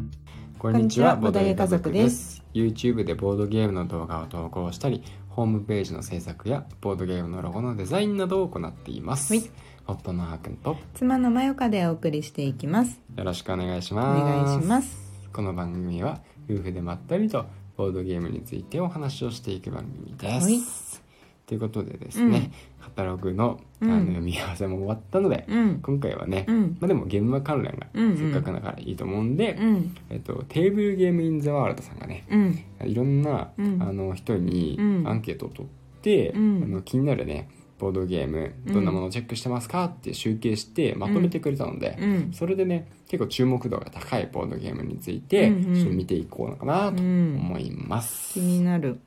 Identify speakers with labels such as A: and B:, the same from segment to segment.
A: こんにちは、
B: こんにちは
A: ボードゲー家族で。
B: ボードゲー家族です
A: YouTube でボードゲームの動画を投稿したり、ホームページの制作やボードゲームのロゴのデザインなどを行っています。
B: はい
A: 夫のあーくんとよ
B: 妻のまよかでお送りしていきます
A: ろしくお願いし
B: お
A: ます。
B: 願いします
A: この番組は夫婦でまったりとボードゲームについてお話をしていく番組です。
B: はい
A: ということでですね、カタログのあ
B: う
A: の
B: ん
A: 読み合わせも終わったので、
B: うん
A: 今回はね、
B: うん
A: まあ、でもゲームは関連が
B: うんうん
A: せっかくだからいいと思うんで、
B: うん
A: えっと、テーブルゲームインザワールドさんがね
B: うん
A: いろんな、
B: うん
A: あの人に
B: うん
A: アンケートを取って、
B: うん
A: あの気になるねボードゲーム
B: うん
A: どんなものをチェックしてますかって集計してまとめてくれたので、
B: うん
A: それでね結構注目度が高いボードゲームについて、
B: うんうん
A: ちょっと見ていこうかなと思います。
B: 気になる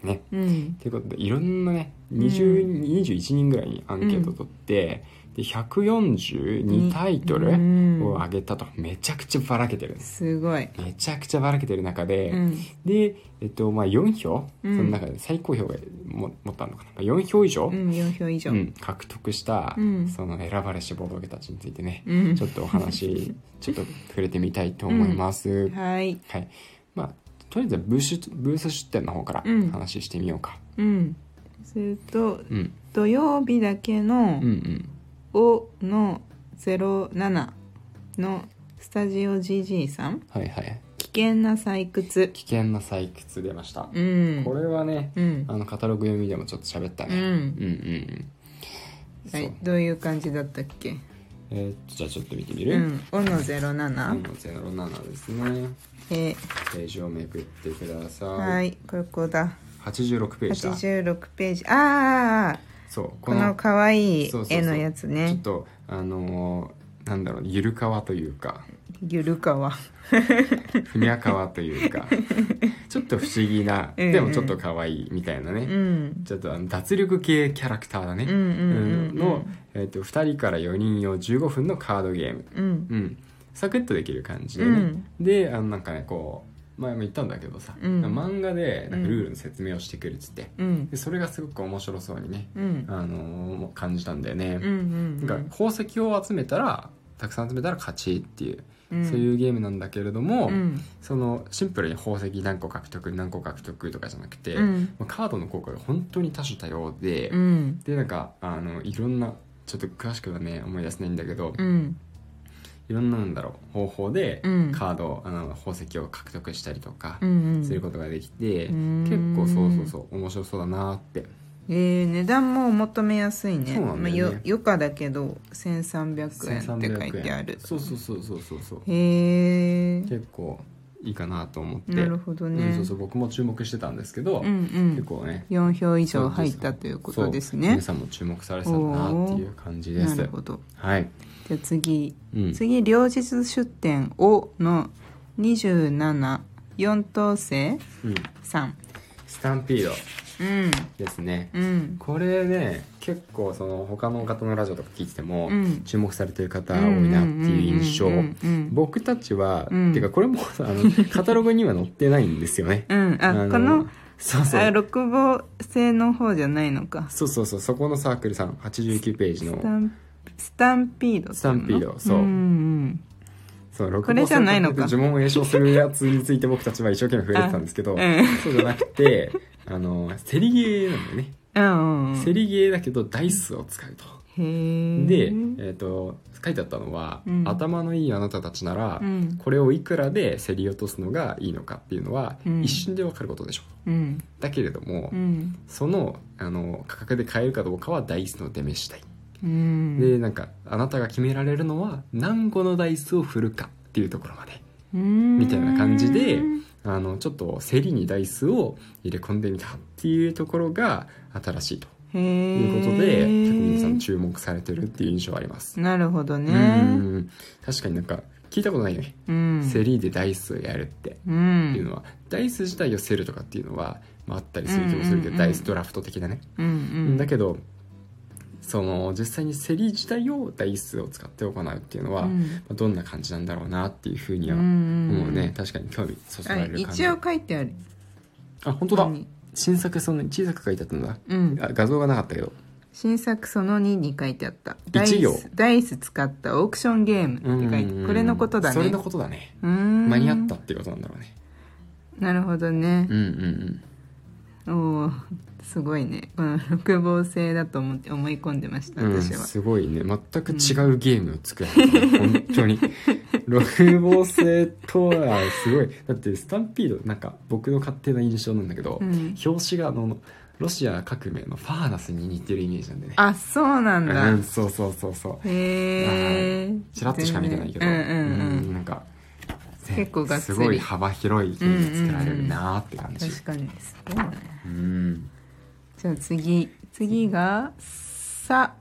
A: ね
B: うん
A: ということでいろんなね
B: ん
A: 20 21人ぐらいにアンケートを取って、で142タイトル
B: うん
A: を上げたとめちゃくちゃばらけてるんです
B: すごい
A: めちゃくちゃばらけてる中で、
B: うん
A: で、えっとまあ、4票、
B: うん
A: その中で最高票がも持ったのかなまあ4票以上、
B: うん4票以上
A: う
B: うん
A: ん獲得した、
B: うん
A: その選ばれしボードゲたちについてね、
B: うん
A: ちょっとお 話ちょっと触れてみたいと思います、
B: はい
A: はいまあとりあえずブースブース出店の方から
B: うん
A: 話してみようか、
B: うんすると
A: うん、
B: 土曜日だけの
A: うんうん
B: 「お」の07のスタジオ GG さん
A: はいはい
B: 「危険な採掘
A: 危険な採掘出ました」、
B: うん
A: これはね、
B: うん
A: あのカタログ読みでもちょっと喋ったね、
B: うん
A: うんうんうん
B: は
A: そう
B: いどういう感じだったっけ
A: えーっとじゃあちょっと見てみる、
B: うん「お」の07
A: 7ですね
B: え
A: ペ
B: ー
A: ージをめくってください、
B: はいここだ
A: 86ページだ
B: 86ページああ
A: そう
B: この可愛い
A: そうそうそう
B: 絵のやつ
A: ちょ
B: ね
A: っとあのーなんだろうゆるかわという か
B: ゆるかわ
A: ふにゃかわというかちょっと不思議な
B: うんうん
A: でもちょっと可愛いみたいなね、
B: うん
A: ちょっとあの脱力系キャラクターだね、
B: うんうんうんうん
A: の、えー、と2人から4人用15分のカードゲーム、
B: うん
A: うん、サクッとできる感じでね、
B: うん
A: であのなんかねこう前も言ったんだけどさ、
B: うん
A: 漫画でなんかルールの説明をしてくるっつって、
B: うん
A: でそれがすごく面白そうにね、
B: うん
A: あのー感じたんだよね
B: うんう、ん
A: なんか宝石を集めたらたくさん集めたら勝ちっていう、
B: うん
A: そういうゲームなんだけれど
B: う
A: も、
B: ん
A: そのシンプルに宝石何個獲得何個獲得とかじゃなくて、
B: うん
A: まあカードの効果が本当に多種多様で、
B: うん
A: でなんかあのいろんなちょっと詳しくはね思い出せないんだけど、
B: うん
A: いろんななんだろう方法で
B: うん
A: カードを、あの宝石を獲得したりとか
B: うん
A: することができて、
B: うん
A: 結構そうそうそう面白そうだなって
B: えー値段もお求めやすいね
A: そうなんだよね
B: まあよ余価だけど1300円
A: 1300
B: って書いてある
A: そうそうそうそうそうそう
B: へえ
A: 結構いいかなと思って
B: なるほどね
A: うんそうそう僕も注目してたんですけど、
B: うんうん
A: 結構ね
B: 4票以上入ったということです
A: そう
B: ね
A: 皆さんも注目されてたんだなっていう感じで
B: な
A: す
B: るほど
A: はい、
B: じゃあ次
A: うん、
B: 次両日出店をの274等生
A: うん
B: さん
A: スタンピード
B: うん
A: ですね、
B: うん
A: これね結構その他の方のラジオとか聞いてても、
B: うん
A: 注目されてる方多いなっていう印象
B: うんうんうんうん
A: 僕たちは、
B: うん
A: てかこれもあのカタログには載ってないんですよね、
B: うんあこの
A: そうそ
B: あ
A: う
B: 六芒星の方じゃないのか
A: そうそうそうそこのサークルさん89ページ
B: スタ
A: の
B: ンスタンピードっていうの
A: スタンピードそうん
B: ん
A: そう6
B: これじゃないのかあうん
A: そうじゃなくてあのセリゲーなんだよね、
B: うんうん
A: セリゲーだけどダイスを使うと。
B: へえ
A: で、えー、と書いてあったのは、
B: うん
A: 頭のいいあなたたちなら、
B: うん
A: これをいくらで競り落とすのがいいのかっていうのは、
B: うん
A: 一瞬でわかることでしょう
B: うん
A: だけれども、
B: うん
A: そのあの価格で買えるかどうかはダイスの出目次第、
B: うん
A: でなんかあなたが決められるのは何個のダイスを振るかっていうところまで
B: み
A: みたいな感じであのちょっと競りにダイスを入れ込んでみたっていうところが新しいと
B: へ
A: い
B: え
A: うことで、結構皆さん注目されてるっていう印象はあります
B: なるほど
A: うんうん
B: ね
A: うん確かになんか聞いたことないよね、
B: うん
A: セリーでダイスをやるって、っ
B: う
A: ていうんのはダイス自体をセルとかっていうのは、まあ、あったりする気もするけど、
B: うんうんうん
A: ダイスドラフト的なね、
B: うんうん
A: だけどその実際にセリ自体をダイスを使って行うっていうのは、
B: うん
A: まあどんな感じなんだろうなっていうふうには
B: うんうんうん
A: もうね、確かに興味そそ
B: あ
A: られる感じ
B: 一応書いてある
A: あ本当だ
B: 何
A: 新作そんなに小さく書いてあったんだ、
B: うん
A: あ画像がなかったけど
B: 新作その2に書いてあったダイ
A: 一行
B: スダイス使ったオークションゲームって書いてこれのことだね
A: それのことだね
B: うーん
A: 間に合ったっていうことなんだろうね
B: なるほどね
A: うんうんうん
B: おおすごいねこの六芒星だと思って思い込んでました
A: うん、
B: 私は、
A: すごいね全く違うゲームを作られた、本当 に六芒星とはすごいだってスタンピードなんか僕の勝手な印象なんだけど、
B: うん
A: 表紙があのロシア革命のファーナスに似てるイメージなんでね
B: あそうなんだ、
A: うんそうそうそうそう
B: へえ
A: ちらっとしか見てないけど、
B: うんうんうん
A: うんなんかね
B: 結構がっつ
A: す
B: り
A: ごい幅広いゲーム作られるなーって感じ、
B: 確かにすごいね
A: うん
B: じゃあ次次が「さ」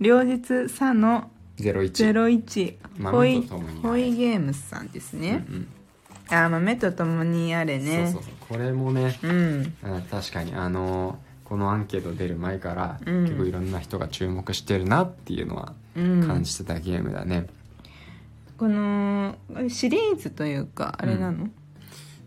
B: 両日「さ」の
A: 01
B: 01ホ
A: 豆
B: イ
A: と共に
B: ホイゲームスさんで
A: う
B: す
A: んう
B: ね、
A: ん
B: ああ豆とともにあれね
A: そうそうそうこれもね
B: うん
A: あ確かにあのこのアンケート出る前から、
B: うん
A: 結構いろんな人が注目してるなっていうのは
B: うん
A: 感じてたゲームだね、
B: このシリーズというかあれなの、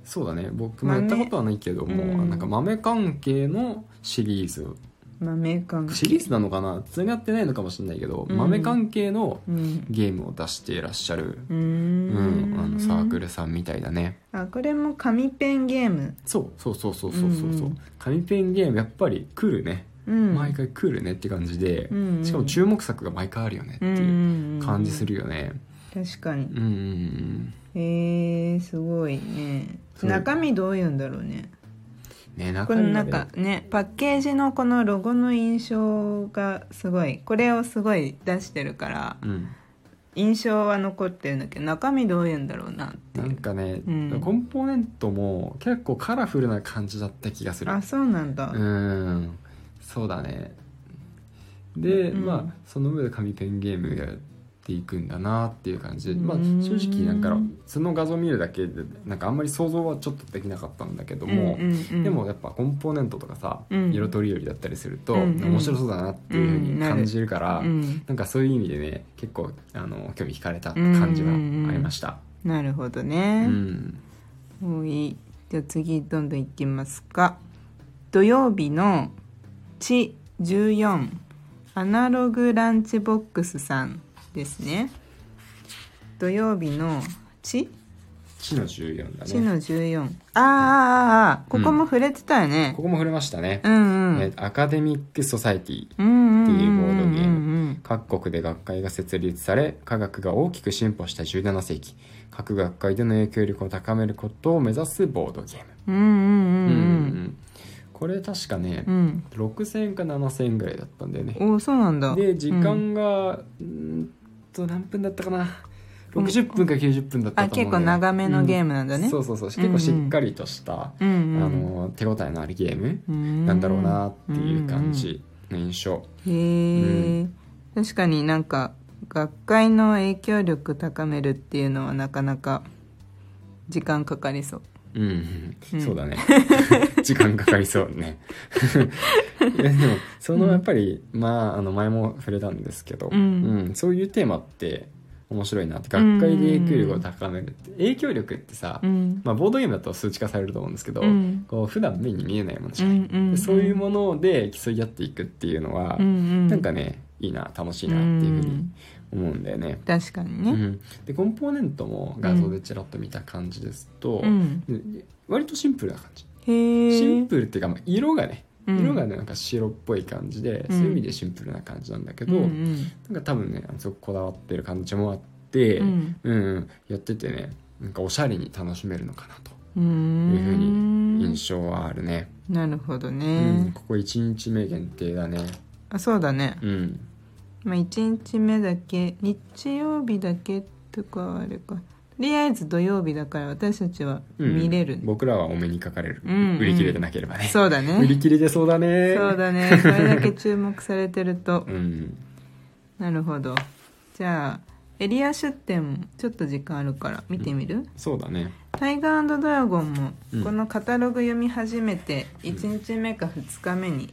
A: そうだね僕もやったことはないけども、
B: 豆うん
A: なんか豆関係のシリーズ
B: 豆感
A: シリーズなのかなつながってないのかもしれないけど、
B: うん
A: 豆関係の
B: うん
A: ゲームを出していらっしゃる、
B: う
A: う
B: ー
A: ん
B: ん
A: あのサークルさんみたいだね
B: あこれも紙ペンゲーム
A: そうそうそうそうそうそうそううん紙ペンゲームやっぱり来るね、
B: うん
A: 毎回来るねって感じで、
B: うん
A: しかも注目作が毎回あるよねって
B: うん
A: いう
B: うん
A: 感じするよね、
B: 確かに
A: うんうんうん
B: へえすごいね
A: そう
B: 中身どういうんだろうね
A: ね
B: こ
A: 中
B: の
A: 身
B: な
A: ま
B: ん
A: で
B: かねパッケージのこのロゴの印象がすごいこれをすごい出してるから
A: うん
B: 印象は残ってるんだけど中身どういうんだろうなって
A: ないん
B: う
A: かね、
B: うん
A: コンポーネントも結構カラフルな感じだった気がする
B: あそうなんだ
A: うんそうだねで、
B: うん
A: まあその上で紙ペンゲームやっていくんだなっていう感じで、まあ、
B: うん
A: 正直なんかその画像見るだけでなんかあんまり想像はちょっとできなかったんだけども、
B: うんうんうん
A: でもやっぱコンポーネントとかさ、
B: うん
A: 色とりどりだったりすると、
B: うんうん
A: 面白そうだなっていうふうに感じるから、
B: うん
A: なんかそういう意味でね結構あの興味惹かれた感じはありました。
B: なるほど
A: うん
B: ね、もういいじゃあ次どんどんいきますか土曜日の「ち14」アナログランチボックスさんですね土曜日の「ち」
A: 地の14だ
B: 「ち」
A: ね
B: の14あーあーあーここも触れてたよね
A: こ、こも触れましたね、
B: うん、うんうん
A: えーアカデミック・ソサイティ
B: うんうんうん
A: っていうボードゲー
B: ム
A: 各国で学会が設立され科学が大きく進歩した17世紀各学会での影響力を高めることを目指すボードゲーム、
B: うんう
A: う
B: んうん
A: うんんこれ確かね
B: うん、うん
A: 6000か7000ぐらいだったんだよね
B: おーそうなんだ
A: で時間が、うーんと何分だったかな60分か90分だった
B: あ
A: と思う
B: 結
A: ん
B: 構
A: だよね、
B: 長めのゲームなんだね、
A: うんそうそうそう結構しっかりとした、
B: うんうん、
A: あの手応えのあるゲームな
B: な
A: んだろうなっていう感じの印象、
B: へえ、確かになんか学会の影響力高めるっていうのはなかなか時間かかりそう
A: うん、
B: うん
A: そうだね 時間かかりそう ねいやでもそのやっぱり、まああの前も触れたんですけど、
B: うん
A: うんそういうテーマって面白いなって学会で影響力を高めるって、影響力ってさ、
B: うん
A: まあ、ボードゲームだと数値化されると思うんですけど、
B: うん
A: こう普段目に見えないものじ
B: う
A: ゃない、
B: んうん
A: そういうもので競い合っていくっていうのは、
B: うんうん
A: なんかねいいな楽しいなっていうふう
B: う
A: に
B: ん
A: 思うんだよね、
B: 確かに
A: う
B: ね
A: ん、でコンポーネントも画像でちらっと見た感じですと、
B: うん
A: で割とシンプルな感じ
B: へえ
A: シンプルっていうか、まあ、色がね
B: うん
A: 色がねなんか白っぽい感じで、
B: うん
A: そういう意味でシンプルな感じなんだけど、
B: うんうん
A: なんか多分ねあのすごくこだわってる感じもあって、
B: うん
A: うんやっててねなんかおしゃれに楽しめるのかなと
B: うーん
A: いうふうに印象はあるね、
B: なるほど
A: うん
B: ね、
A: ここ1日目限定だね
B: あそうだね、
A: うん
B: まあ、1日目だけ日曜日だけとかはあれかとりあえず土曜日だから私たちは
A: うん
B: 見れる、
A: 僕らはお目にかかれる、
B: うんうん
A: 売り切れてなければね
B: そうだ
A: 売り
B: ね
A: 切れてそうだね
B: そうだねこれだけ注目されてると
A: うん
B: なるほどじゃあエリア出店もちょっと時間あるから見てみる、
A: そうだね
B: タイガードラゴンも
A: うん
B: このカタログ読み始めて1日目か2日目に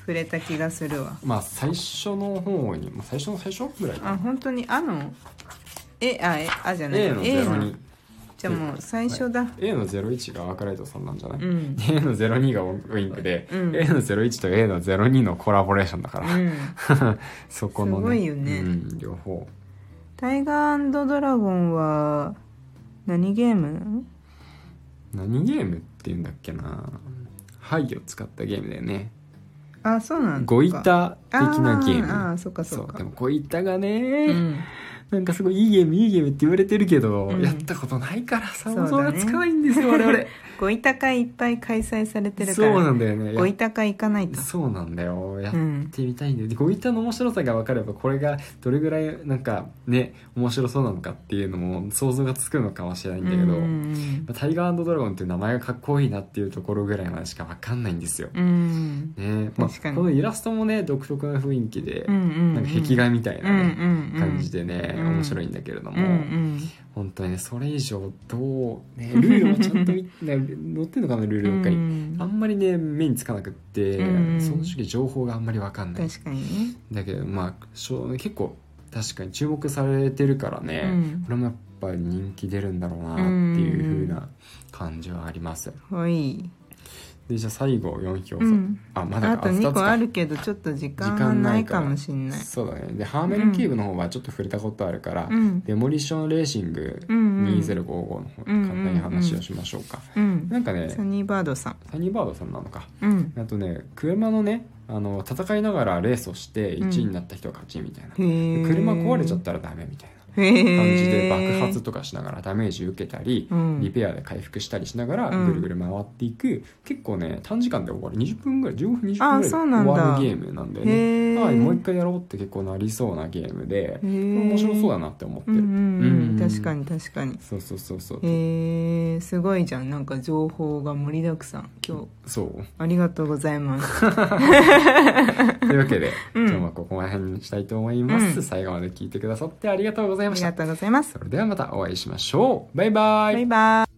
B: 触れた気がするわ
A: まあ最初の方に、まあ、最初の最初ぐらいか
B: あ本当にあのえあえあじゃない
A: A の
B: A
A: 0に
B: じゃあもう最初だ、
A: A の01がアークライトさんなんじゃない、
B: うん
A: A の02がウィンクで、
B: うん
A: A の01と A の02のコラボレーションだか
B: う
A: ら、
B: ん
A: そこのね
B: すごいよね
A: うん、両方
B: タイガードラゴンは何ゲーム
A: 何ゲームっていうんだっけな牌を使ったゲームだよね
B: あそうなんだ
A: ゴイタ的なゲーム
B: あーあーそっかそ
A: そ
B: っ
A: う
B: か
A: でもゴイタがね、
B: うん
A: なんかすごいいいゲームいいゲームって言われてるけど、
B: うん
A: やったことないから
B: そ
A: 想
B: うだね
A: 像がつかないんですよ、我々
B: ごいた会いっぱい開催されてるか
A: そうな
B: ら
A: んだよねや
B: ごいた会行かないと
A: そうなんだよやっ
B: うん
A: てみたいんだよでゴイタの面白さが分かればこれがどれぐらいなんかね面白そうなのかっていうのも想像がつくのかもしれないんだけど、
B: うん
A: まあタイガードラゴンっていう名前がかっこいいなっていうところぐらいまでしか分かんないんですよ、
B: うんうん
A: ねまあ、
B: 確かに
A: このイラストもね独特な雰囲気で、
B: うんうんうん
A: なんか壁画みたいな、ね
B: うんうんうん
A: 感じでね、
B: うん
A: 面白いんだけれども、
B: うんうん
A: 本当にねそれ以上どう、 ね、ルールもちゃんと見な載ってんのかなルールどっか
B: う
A: に、
B: ん
A: あんまりね目につかなくって、
B: うん
A: その時情報があんまり分かんない
B: 確かにね
A: だけどまあしょう結構確かに注目されてるからね、
B: うん
A: これもやっぱ人気出るんだろうなっていう風な感じはあります、
B: はい
A: でじゃあ最後4票差、
B: うん
A: あまだ
B: あ
A: か
B: と
A: 二つ
B: 2個
A: か
B: あるけどちょっと時間
A: 時
B: は
A: 間
B: な
A: ないいか
B: からもしんない
A: そうだねでハーメルキューブの方はちょっと触れたことあるから、
B: うん
A: デモリションレーシング
B: うんうん
A: 2055の方で簡単に話をしましょうか、
B: うん
A: なんかね
B: サニーバードさん
A: サニーバードさんなのか
B: うん
A: あとね車のねあの戦いながらレースをして
B: うん
A: 1位になった人が勝ちみたいな、
B: へー
A: 車壊れちゃったらダメみたいな
B: へー
A: 感じで爆発とかしながらダメージ受けたり、
B: うん
A: リペアで回復したりしながら
B: うん
A: ぐるぐる回っていく、結構ね短時間で終わる20分ぐらい15分20
B: あ
A: 分
B: ー
A: ぐ
B: そう
A: ら
B: ないん
A: で
B: だ
A: 終わるゲームなんだよ
B: へ
A: ね
B: ー
A: はいもう一回やろうって結構なりそうなゲームでこ
B: へ
A: れ
B: ー
A: 面白そうだなって思って
B: うん
A: る、
B: うんうん
A: うん
B: 確かに確かに
A: そうそうそうそう、
B: へえすごいじゃんなんか情報が盛りだくさん今日
A: そう
B: ありがとうございます
A: というわけで、
B: うん
A: 今日はここら辺にしたいと思います、
B: うん
A: 最後まで聞いてくださってありがとうござい
B: あ
A: まし
B: り
A: た
B: がとうございます
A: それではまたお会いしましょうバイバイ
B: バイバイ